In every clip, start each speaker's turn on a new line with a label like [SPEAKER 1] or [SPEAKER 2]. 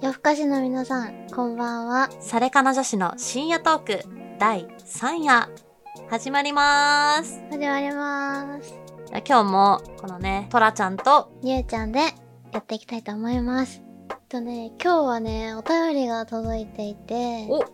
[SPEAKER 1] 夜更かしの皆さん、こんばんは。
[SPEAKER 2] それかの女子の深夜トーク第3夜始まります。
[SPEAKER 1] 始まります。
[SPEAKER 2] 今日もこのね、トラちゃんと、
[SPEAKER 1] りゅうちゃんでやっていきたいと思います。えっとね、今日はね、お便りが届いていて、
[SPEAKER 2] お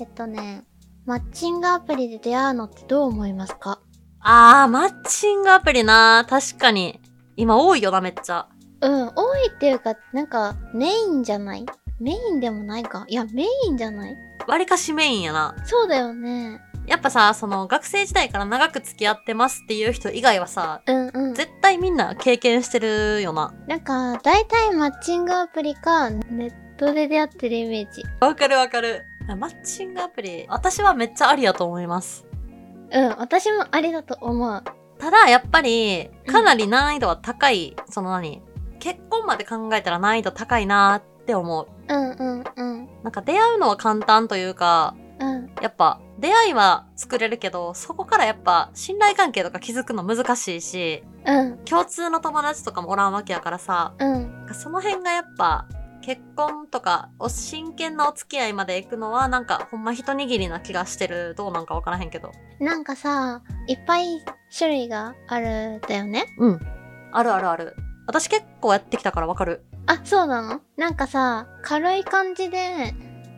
[SPEAKER 1] えっとね、マッチングアプリで出会うのってどう思いますか
[SPEAKER 2] あー、マッチングアプリな確かに。今多いよな、めっちゃ。
[SPEAKER 1] うん、多いっていうか、なんか、メインじゃないメインでもないか。いや、メインじゃない
[SPEAKER 2] 割かしメインやな。
[SPEAKER 1] そうだよね。
[SPEAKER 2] やっぱさ、その学生時代から長く付き合ってますっていう人以外はさ、
[SPEAKER 1] うんうん。
[SPEAKER 2] 絶対みんな経験してるよな。
[SPEAKER 1] なんか、大体マッチングアプリか、ネットで出会ってるイメージ。
[SPEAKER 2] わかるわかる。マッチングアプリ、私はめっちゃありやと思います。
[SPEAKER 1] うん、私もありだと思う。
[SPEAKER 2] ただやっぱりかなり難易度は高い、その何結婚まで考えたら難易度高いなって思う
[SPEAKER 1] うんうんうん。
[SPEAKER 2] なんか出会うのは簡単というか
[SPEAKER 1] うん、
[SPEAKER 2] やっぱ出会いは作れるけどそこからやっぱ信頼関係とか築くの難しいし
[SPEAKER 1] うん、
[SPEAKER 2] 共通の友達とかもおらんわけやからさ
[SPEAKER 1] うん、
[SPEAKER 2] なんかその辺がやっぱ結婚とかお真剣なお付き合いまで行くのはなんかほんま一握りな気がしてるどうなんかわからへんけど
[SPEAKER 1] なんかさ、いっぱい種類があるんだよね。
[SPEAKER 2] うんあるあるある私結構やってきたからわかる
[SPEAKER 1] あ、そうなのなんかさ、軽い感じで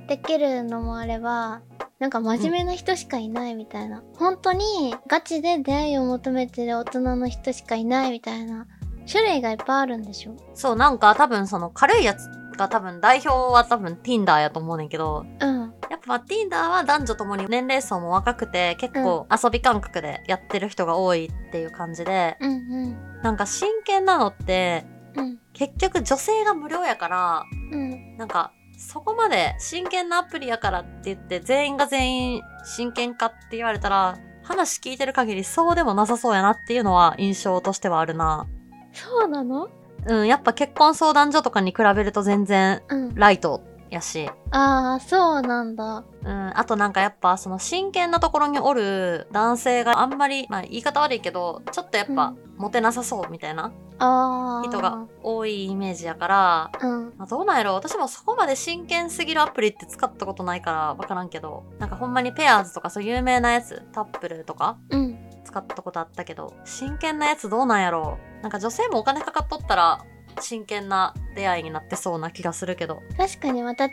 [SPEAKER 1] できるのもあれば、なんか真面目な人しかいないみたいな。本当にガチで出会いを求めてる大人の人しかいないみたいな種類がいっぱいあるんでしょ
[SPEAKER 2] そう、なんか多分その軽いやつが多分代表は多分 Tinder やと思うねんけど、
[SPEAKER 1] うん、
[SPEAKER 2] やっぱ Tinder は男女ともに年齢層も若くて結構遊び感覚でやってる人が多いっていう感じで、
[SPEAKER 1] うん、うん、
[SPEAKER 2] なんか真剣なのって
[SPEAKER 1] うん、
[SPEAKER 2] 結局女性が無料やから、
[SPEAKER 1] うん、
[SPEAKER 2] なんかそこまで真剣なアプリやからって言って全員が全員真剣かって言われたら、話聞いてる限りそうでもなさそうやなっていうのは印象としてはあるな。
[SPEAKER 1] そうなの
[SPEAKER 2] うん、やっぱ結婚相談所とかに比べると全然
[SPEAKER 1] うん。
[SPEAKER 2] ライトやし、
[SPEAKER 1] ああ、そうなんだ。
[SPEAKER 2] うん、あとなんかやっぱその真剣なところにおる男性があんまり、まあ言い方悪いけど、ちょっとやっぱモテなさそうみたいな
[SPEAKER 1] ああ。
[SPEAKER 2] 人が。多いイメージやから、
[SPEAKER 1] うん。
[SPEAKER 2] まあ、どうなんやろ私もそこまで真剣すぎるアプリって使ったことないからわからんけど、なんかほんまにペアーズとかそういう有名なやつ、タップルとか
[SPEAKER 1] うん。
[SPEAKER 2] 使ったことあったけど、真剣なやつどうなんやろなんか女性もお金かかっとったら真剣な出会いになってそうな気がするけど、
[SPEAKER 1] 確かにまた違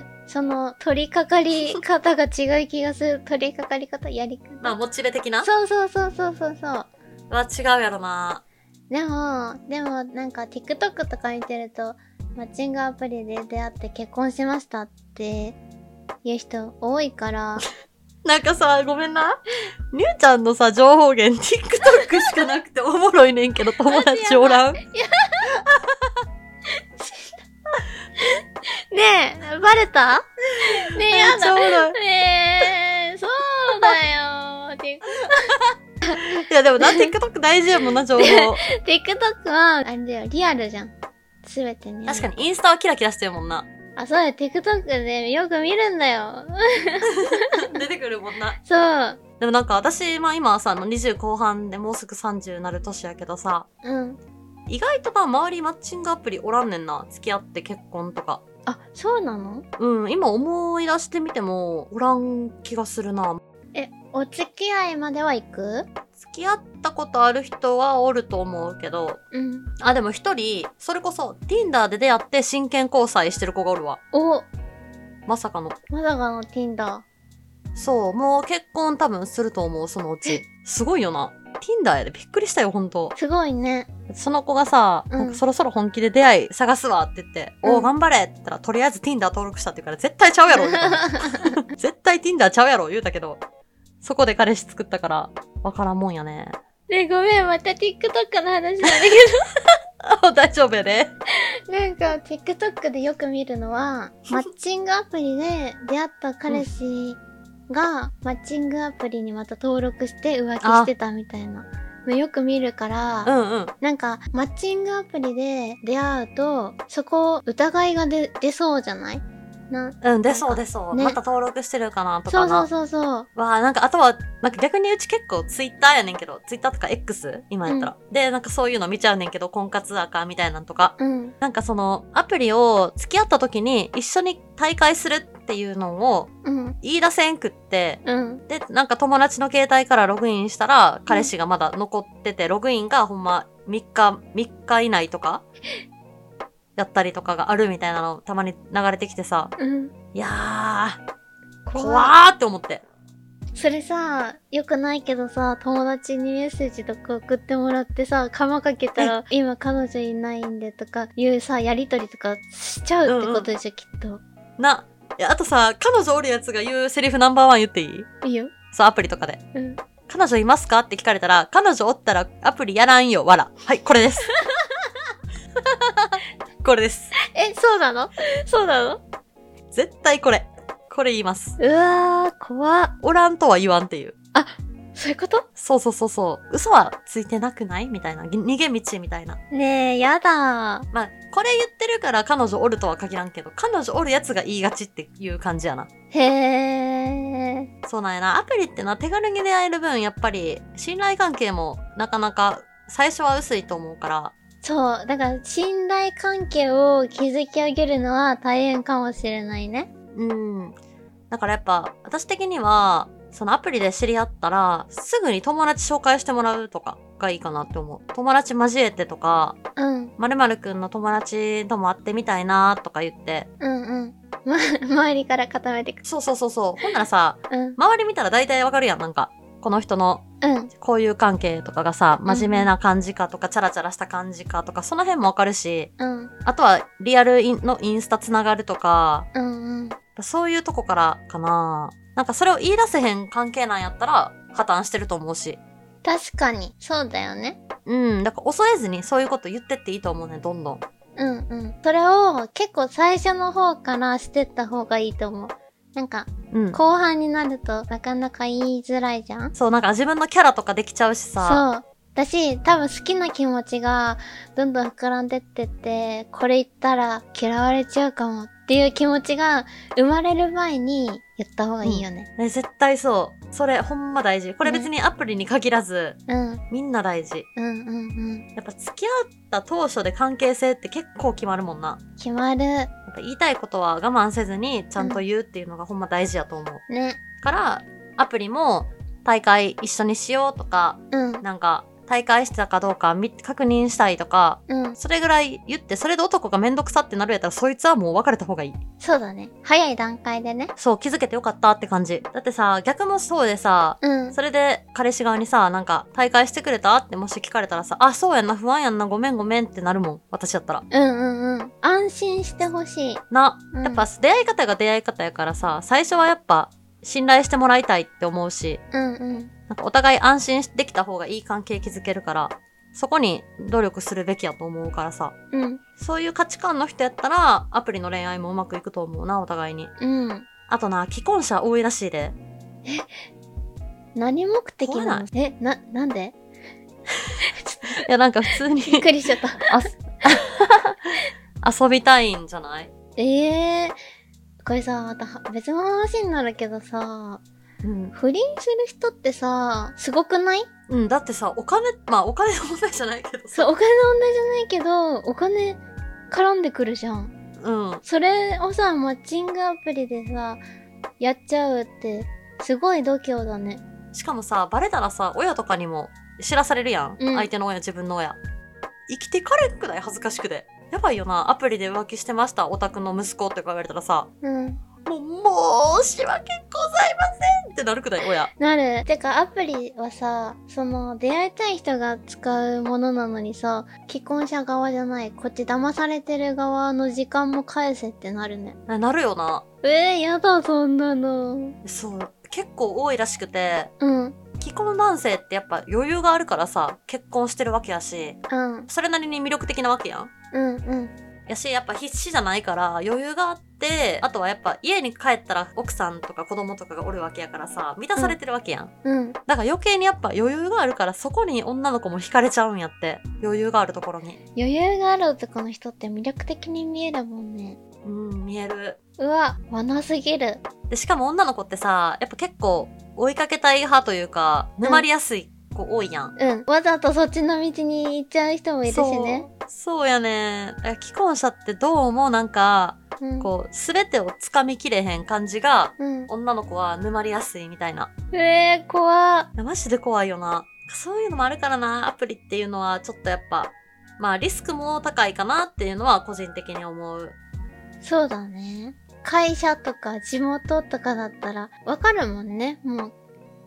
[SPEAKER 1] う、その、取り掛かり方が違う気がする。取り掛かり方、やり方。
[SPEAKER 2] まあモチベ的な
[SPEAKER 1] そうそうそうそうそうそう。
[SPEAKER 2] は違うやろな
[SPEAKER 1] でも、でもなんか TikTok とか見てると、マッチングアプリで出会って結婚しましたっていう人多い から、
[SPEAKER 2] なんかさ、ごめんな。りゅうちゃんのさ、情報源 TikTok しかなくておもろいねんけど、友達おらん。
[SPEAKER 1] ねえ、バレた ねえ、や
[SPEAKER 2] めっちゃお
[SPEAKER 1] だ。
[SPEAKER 2] もろい。
[SPEAKER 1] ねえ、そうだよ。Tik-
[SPEAKER 2] いやでもな、TikTok 大事やもんな、情報。
[SPEAKER 1] TikTok は、あれだよ、リアルじゃん。すべてね。
[SPEAKER 2] 確かに、インスタはキラキラしてるもんな。
[SPEAKER 1] あ、そうだよ、TikTok でよく見るんだよ。
[SPEAKER 2] 出てくるもんな。
[SPEAKER 1] そう。
[SPEAKER 2] でもなんか私、まあ今さ、あの20後半でもうすぐ30なる年やけどさ、
[SPEAKER 1] うん。
[SPEAKER 2] 意外とな、周りマッチングアプリおらんねんな。付き合って結婚とか。
[SPEAKER 1] あ、そうなの
[SPEAKER 2] うん、今思い出してみても、おらん気がするな。
[SPEAKER 1] え、お付き合いまでは行く
[SPEAKER 2] 付き合ったことある人はおると思うけど、
[SPEAKER 1] うん。
[SPEAKER 2] あ、でも一人、それこそ Tinder で出会って真剣交際してる子がおるわ。
[SPEAKER 1] お、
[SPEAKER 2] まさかの。
[SPEAKER 1] まさかの Tinder。
[SPEAKER 2] そう、もう結婚多分すると思う、そのうち。すごいよな。Tinder やでびっくりしたよ、ほんと。
[SPEAKER 1] すごいね。
[SPEAKER 2] その子がさ、
[SPEAKER 1] うん
[SPEAKER 2] なんかそろそろ本気で出会い探すわって言って、
[SPEAKER 1] うん
[SPEAKER 2] おー頑張れって言ったら、とりあえず Tinder 登録したって言うから、絶対ちゃうやろみた いな 絶対 Tinder ちゃうやろ言うたけど、そこで彼氏作ったから、わからんもんや ね。
[SPEAKER 1] ね、ごめん、また TikTok の話なんだ
[SPEAKER 2] あ大丈夫やで。
[SPEAKER 1] けど。 なんか、TikTok でよく見るのは、マッチングアプリで出会った彼氏が、マッチングアプリにまた登録して浮気してたみたいな。よく見るから、
[SPEAKER 2] うんうん。
[SPEAKER 1] なんか、マッチングアプリで出会うと、そこ、疑いが出、出そうじゃないな、
[SPEAKER 2] うん、出そう出そう。
[SPEAKER 1] ね
[SPEAKER 2] また登録してるかなと
[SPEAKER 1] そ
[SPEAKER 2] か
[SPEAKER 1] うそう
[SPEAKER 2] な。
[SPEAKER 1] そうそう。
[SPEAKER 2] わあなんかあとは、なんか逆にうち結構ツイッターやねんけど、ツイッターとか X? 今やったら。で、なんかそういうの見ちゃうねんけど、婚活アカみたいなんとか。
[SPEAKER 1] うん。
[SPEAKER 2] なんかその、アプリを付き合った時に一緒に大会するっていうのを
[SPEAKER 1] うん。
[SPEAKER 2] 言い出せんくって、
[SPEAKER 1] うん。
[SPEAKER 2] で、なんか友達の携帯からログインしたら、彼氏がまだ残ってて、ログインがほんま3日、3日以内とか、やったりとかがあるみたいなのたまに流れてきてさ、
[SPEAKER 1] うん。
[SPEAKER 2] いやー、
[SPEAKER 1] 怖い
[SPEAKER 2] 怖ーって思って。
[SPEAKER 1] それさ、よくないけどさ、友達にメッセージとか送ってもらってさ、カマかけたら、今彼女いないんでとかいうさ、やりとりとかしちゃうってことでしょ、きっと。
[SPEAKER 2] な、いやあとさ、彼女おるやつが言うセリフナンバーワン言っていい
[SPEAKER 1] いいよ。
[SPEAKER 2] そう、アプリとかで。
[SPEAKER 1] うん。
[SPEAKER 2] 彼女いますかって聞かれたら、彼女おったらアプリやらんよ、わら。はい、これです。 これです。
[SPEAKER 1] え、そうなのそうなの
[SPEAKER 2] 絶対これ。これ言います。
[SPEAKER 1] うわー、怖っ
[SPEAKER 2] おらんとは言わんっていう。
[SPEAKER 1] そういうこと
[SPEAKER 2] そうそうそうそう。嘘はついてなくないみたいな。ぎ逃げ道みたいな。
[SPEAKER 1] ねえ、やだー。
[SPEAKER 2] まあ、これ言ってるから彼女おるとは限らんけど、彼女おるやつが言いがちっていう感じやな。
[SPEAKER 1] へー。
[SPEAKER 2] そうなんやな。アプリってな、手軽に出会える分、やっぱり、信頼関係もなかなか最初は薄いと思うから、
[SPEAKER 1] そう、だから信頼関係を築き上げるのは大変かもしれないね。
[SPEAKER 2] うん。だからやっぱ、私的には、そのアプリで知り合ったら、すぐに友達紹介してもらうとかがいいかなって思う。友達交えてとか、
[SPEAKER 1] うん、
[SPEAKER 2] 〇〇くんの友達とも会ってみたいなとか言って。
[SPEAKER 1] うん、うん。ま、 周りから固めていく。
[SPEAKER 2] そうそうそうそう。ほんならさ、
[SPEAKER 1] うん、
[SPEAKER 2] 周り見たら大体わかるやん、なんか。この人の
[SPEAKER 1] うん、
[SPEAKER 2] 交友関係とかがさ、真面目な感じかとか、チャラチャラした感じかとか、その辺もわかるし、
[SPEAKER 1] うん、
[SPEAKER 2] あとはリアルインのインスタつながるとか、
[SPEAKER 1] うん、うん。
[SPEAKER 2] そういうとこからかな。なんかそれを言い出せへん関係なんやったら破綻してると思うし。
[SPEAKER 1] 確かに、そうだよね。
[SPEAKER 2] うん。だから恐れずにそういうこと言ってっていいと思うね、どんどん。
[SPEAKER 1] うん、うん。それを結構最初の方からしてった方がいいと思う。なんか、
[SPEAKER 2] うん。
[SPEAKER 1] 後半になるとなかなか言いづらいじゃん
[SPEAKER 2] そう、なんか自分のキャラとかできちゃうしさ。
[SPEAKER 1] そう。だし、多分好きな気持ちがどんどん膨らんでってって、これ言ったら嫌われちゃうかもっていう気持ちが生まれる前に言った方がいいよね。
[SPEAKER 2] ね、絶対そう。それほんま大事。これ別にアプリに限らず、
[SPEAKER 1] うん、
[SPEAKER 2] みんな大事。
[SPEAKER 1] うん、うん、うん。
[SPEAKER 2] やっぱ付き合った当初で関係性って結構決まるもんな。
[SPEAKER 1] 決まる。
[SPEAKER 2] やっぱ言いたいことは我慢せずにちゃんと言うっていうのがほんま大事やと思う。
[SPEAKER 1] ね。
[SPEAKER 2] から、アプリも大会一緒にしようとか、
[SPEAKER 1] うん、
[SPEAKER 2] なんか、大会してたかどうか見確認したいとか、
[SPEAKER 1] うん。
[SPEAKER 2] それぐらい言って、それで男がめんどくさってなるやったら、そいつはもう別れた方がいい。
[SPEAKER 1] そうだね。早い段階でね。
[SPEAKER 2] そう、気づけてよかったって感じ。だってさ、逆もそうでさ、
[SPEAKER 1] うん、
[SPEAKER 2] それで彼氏側にさ、なんか、大会してくれたってもし聞かれたらさ、あ、そうやんな、不安やんな、ごめんごめんってなるもん。私だったら。
[SPEAKER 1] うん、うん、うん。安心してほしい。
[SPEAKER 2] な、
[SPEAKER 1] うん
[SPEAKER 2] やっぱ、出会い方が出会い方やからさ、最初はやっぱ、信頼してもらいたいって思うし、
[SPEAKER 1] うん、うん。
[SPEAKER 2] なんかお互い安心できた方がいい関係築けるから、そこに努力するべきやと思うからさ。
[SPEAKER 1] うん、
[SPEAKER 2] そういう価値観の人やったら、アプリの恋愛もうまくいくと思うな、お互いに。
[SPEAKER 1] うん。
[SPEAKER 2] あとな、既婚者多いらしいで。
[SPEAKER 1] 何目的な
[SPEAKER 2] 怖
[SPEAKER 1] の
[SPEAKER 2] い
[SPEAKER 1] え、な、なんで
[SPEAKER 2] いや、なんか普通に
[SPEAKER 1] びっくりしちゃった。
[SPEAKER 2] 遊びたいんじゃない
[SPEAKER 1] ええこれさ、または別の話になるけどさ、
[SPEAKER 2] うん。
[SPEAKER 1] 不倫する人ってさ、すごくない
[SPEAKER 2] うん、だってさ、お金、まあお金の問題じゃないけどさ。
[SPEAKER 1] そう、お金の問題じゃないけど、お金絡んでくるじゃん。
[SPEAKER 2] うん。
[SPEAKER 1] それをさ、マッチングアプリでさ、やっちゃうって、すごい度胸だね。
[SPEAKER 2] しかもさ、バレたらさ、親とかにも知らされるやん。
[SPEAKER 1] うん
[SPEAKER 2] 相手の親、自分の親。生きてかれんくない恥ずかしくて。やばいよな、アプリで浮気してました、オタクの息子とか言われたらさ、
[SPEAKER 1] うん。
[SPEAKER 2] もう申し訳ございませんってなるくない親。
[SPEAKER 1] なる。てか、アプリはさ、その、出会いたい人が使うものなのにさ、既婚者側じゃない、こっち騙されてる側の時間も返せってなるね。
[SPEAKER 2] ななるよな。
[SPEAKER 1] えー、やだ、そんなの。
[SPEAKER 2] そう、結構多いらしくて、
[SPEAKER 1] うん、
[SPEAKER 2] 既婚男性ってやっぱ余裕があるからさ、結婚してるわけやし、
[SPEAKER 1] うん、
[SPEAKER 2] それなりに魅力的なわけやん。
[SPEAKER 1] うん、うん、
[SPEAKER 2] やし、やっぱ必死じゃないから余裕があって、あとはやっぱ家に帰ったら奥さんとか子供とかがおるわけやからさ、満たされてるわけやん。
[SPEAKER 1] うん。
[SPEAKER 2] だから余計にやっぱ余裕があるからそこに女の子も惹かれちゃうんやって。余裕があるところに。
[SPEAKER 1] 余裕がある男の人って魅力的に見えるもんね。
[SPEAKER 2] うん、見える。
[SPEAKER 1] うわ、罠すぎる。
[SPEAKER 2] で、しかも女の子ってさ、やっぱ結構追いかけたい派というか、沼りやすい子多いやん。
[SPEAKER 1] うん。わざとそっちの道に行っちゃう人もいるしね。
[SPEAKER 2] そう。そうやね。え既婚者ってどう思うなんか、
[SPEAKER 1] うん。
[SPEAKER 2] こう、すべてをつかみきれへん感じが、
[SPEAKER 1] うん。
[SPEAKER 2] 女の子は沼りやすいみたいな。
[SPEAKER 1] えー、怖っ
[SPEAKER 2] いやマジで怖いよな。そういうのもあるからな、アプリっていうのはちょっとやっぱ、まあリスクも高いかなっていうのは個人的に思う。
[SPEAKER 1] そうだね。会社とか地元とかだったらわかるもんね。もう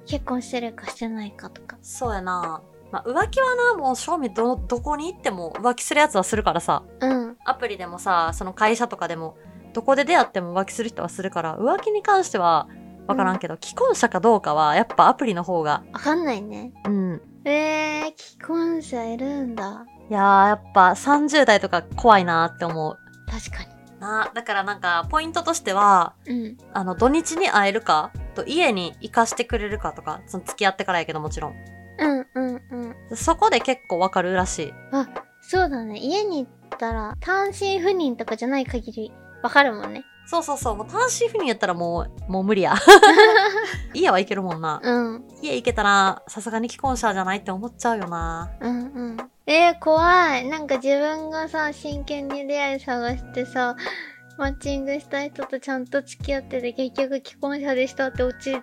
[SPEAKER 1] 結婚してるかしてないかとか。
[SPEAKER 2] そうやな。まあ浮気はな、もう正味ど、どこに行っても浮気するやつはするからさ。
[SPEAKER 1] うん。
[SPEAKER 2] アプリでもさ、その会社とかでも、どこで出会っても浮気する人はするから、浮気に関してはわからんけど、既婚者かどうかはやっぱアプリの方が、
[SPEAKER 1] わかんないね。
[SPEAKER 2] うん。
[SPEAKER 1] えー、既婚者いるんだ。
[SPEAKER 2] いやー、やっぱ30代とか怖いなって思う。
[SPEAKER 1] 確か
[SPEAKER 2] な、だからなんか、ポイントとしては、
[SPEAKER 1] に。うん。
[SPEAKER 2] あの、土日に会えるか、と家に行かしてくれるかとか、その付き合ってからやけどもちろん。
[SPEAKER 1] うんうんうん。
[SPEAKER 2] そこで結構わかるらしい。
[SPEAKER 1] そうだね。家に行ったら単身赴任とかじゃない限りわかるもんね。
[SPEAKER 2] そうそうそう、もう単身赴任やったらもう、もう無理や。 家は行けるもんな。
[SPEAKER 1] うん。
[SPEAKER 2] 家行けたら、さすがに既婚者じゃないって思っちゃうよな。
[SPEAKER 1] うんうん。えー、怖い。なんか自分がさ、真剣に出会い探してさ、マッチングした人とちゃんと付き合ってて結局既婚者でしたってオチ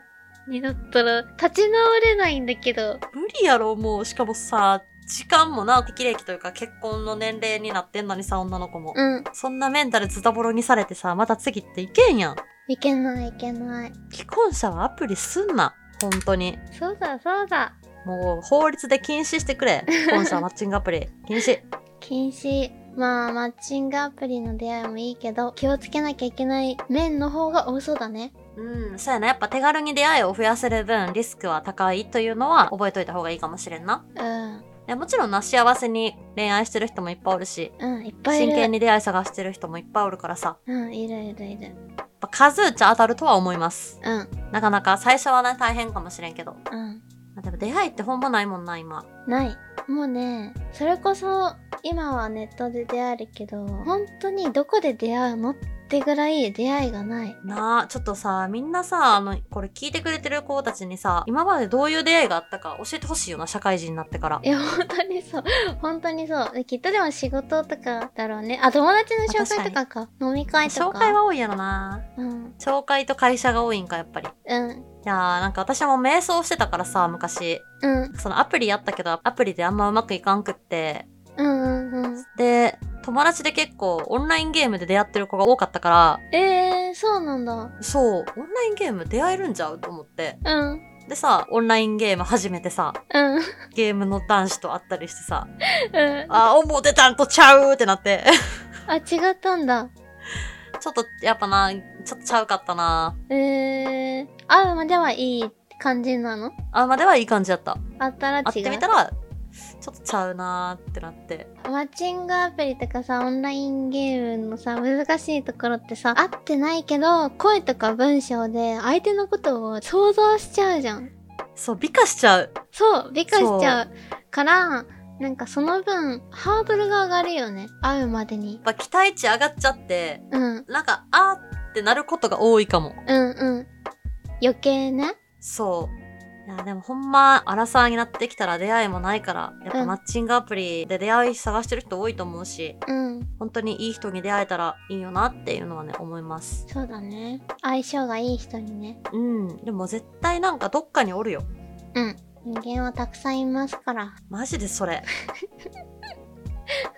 [SPEAKER 1] になったら立ち直れないんだけど。
[SPEAKER 2] 無理やろ、もう。しかもさ、時間もな、適齢期というか結婚の年齢になってんのにさ、女の子も。
[SPEAKER 1] うん。
[SPEAKER 2] そんなメンタルズタボロにされてさ、また次っていけんやん。
[SPEAKER 1] いけないいけない。
[SPEAKER 2] 既婚者はアプリすんな。本当に。
[SPEAKER 1] そうだそうだ。
[SPEAKER 2] もう法律で禁止して くれ。本社マッチングアプリ。禁止。
[SPEAKER 1] 禁止。まあ、マッチングアプリの出会いもいいけど、気をつけなきゃいけない面の方が多そうだね。
[SPEAKER 2] うん、そうやな、やっぱ手軽に出会いを増やせる分、リスクは高いというのは覚えといた方がいいかもしれんな。
[SPEAKER 1] うん。
[SPEAKER 2] いやもちろんな、幸せに恋愛してる人もいっぱいおるし、
[SPEAKER 1] うん、いっぱいい
[SPEAKER 2] 真
[SPEAKER 1] る。
[SPEAKER 2] 剣に出会い探してる人もいっぱいおるからさ、
[SPEAKER 1] うん、いるいるいる。
[SPEAKER 2] やっぱ数打ち当たるとは思います。
[SPEAKER 1] うん、
[SPEAKER 2] なかなか最初はね、大変かもしれんけど。
[SPEAKER 1] うん。
[SPEAKER 2] まあでも出会いってほんまないもんな、今。
[SPEAKER 1] ない。もうね、それこそ、今はネットで出会えるけど、本当にどこで出会うのってぐらい出会いがない。
[SPEAKER 2] なあ、ちょっとさ、みんなさ、あの、これ聞いてくれてる子たちにさ、今までどういう出会いがあったか教えてほしいよな、社会人になってから。
[SPEAKER 1] え、本当にそう。本当にそう。えきっとでも仕事とかだろうね。あ、友達の紹介とかか。飲み会と
[SPEAKER 2] 紹
[SPEAKER 1] か。
[SPEAKER 2] 介は多いやろな。
[SPEAKER 1] うん。
[SPEAKER 2] 紹介と会社が多いんか、やっぱり。い
[SPEAKER 1] うん。
[SPEAKER 2] やー、なんか私も瞑想してたからさ、昔。
[SPEAKER 1] うん。
[SPEAKER 2] そのアプリやったけど、アプリであんまうまくいかんくって。
[SPEAKER 1] うんうんうん。
[SPEAKER 2] で、友達で結構オンラインゲームで出会ってる子が多かったから、
[SPEAKER 1] えー、そうなんだ。
[SPEAKER 2] そう、オンラインゲーム出会えるんちゃうと思って。
[SPEAKER 1] うん。
[SPEAKER 2] でさ、オンラインゲーム始めてさ、
[SPEAKER 1] うん。うん。
[SPEAKER 2] ゲームの男子と会ったりしてさ、あー、思ってたんとちゃうってなって。
[SPEAKER 1] あ、違ったんだ。
[SPEAKER 2] ちょっと、やっぱな、ちょっとちゃうかったな。
[SPEAKER 1] えー、会うまではいい感じなの
[SPEAKER 2] あまではいい感じやった。
[SPEAKER 1] 会ったら違う。
[SPEAKER 2] 会ってみたら、ちょっとちゃうなーってなって。
[SPEAKER 1] マッチングアプリとかさ、オンラインゲームのさ、難しいところってさ、合ってないけど、声とか文章で相手のことを想像しちゃうじゃん。
[SPEAKER 2] そう、美化しちゃう。
[SPEAKER 1] そう、美化しちゃうから、なんかその分、ハードルが上がるよね。会うまでに。
[SPEAKER 2] やっぱ期待値上がっちゃって、
[SPEAKER 1] うん、うん、
[SPEAKER 2] なんか、あーってなることが多いかも。
[SPEAKER 1] うん。余計ね。
[SPEAKER 2] そう。いや、でもほんま、アラサーになってきたら出会いもないから、やっ
[SPEAKER 1] う
[SPEAKER 2] ぱ
[SPEAKER 1] ん
[SPEAKER 2] マッチングアプリで出会い探してる人多いと思うし、
[SPEAKER 1] うん、
[SPEAKER 2] 本当にいい人に出会えたらいいよなっていうのはね、思います。
[SPEAKER 1] そうだね。相性がいい人にね。
[SPEAKER 2] うん。でも絶対なんかどっかにおるよ。
[SPEAKER 1] うん。人間はたくさんいますから。
[SPEAKER 2] マジでそれ。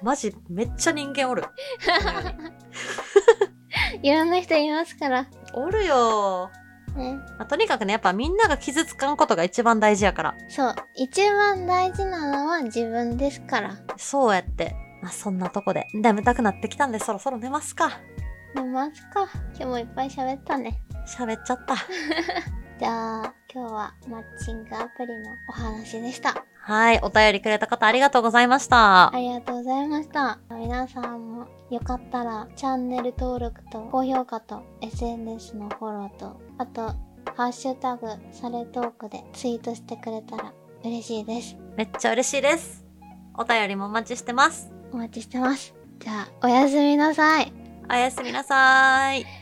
[SPEAKER 2] マジ、めっちゃ人間おる。この世に
[SPEAKER 1] いろんな人いますから。
[SPEAKER 2] おるよ
[SPEAKER 1] ね。
[SPEAKER 2] まあとにかくね、やっぱみんなが傷つかんことが一番大事やから。
[SPEAKER 1] そう。一番大事なのは自分ですから。
[SPEAKER 2] そうやって。まあ、そんなとこで、眠たくなってきたんで、そろそろ寝ますか。
[SPEAKER 1] 寝ますか。今日もいっぱい喋ったね。
[SPEAKER 2] 喋っちゃった。
[SPEAKER 1] じゃあ、今日はマッチングアプリのお話でした。
[SPEAKER 2] はい、お便りくれた方ありがとうございました
[SPEAKER 1] あ。りがとうございました。皆さんもよかったらチャンネル登録と高評価と SNS のフォローと、あと、ハッシュタグ、サレトークでツイートしてくれたら嬉しいです。
[SPEAKER 2] めっちゃ嬉しいです。お便りもお待ちしてます。
[SPEAKER 1] お待ちしてます。じゃあ、おやすみなさい。
[SPEAKER 2] おおやすみなさーい。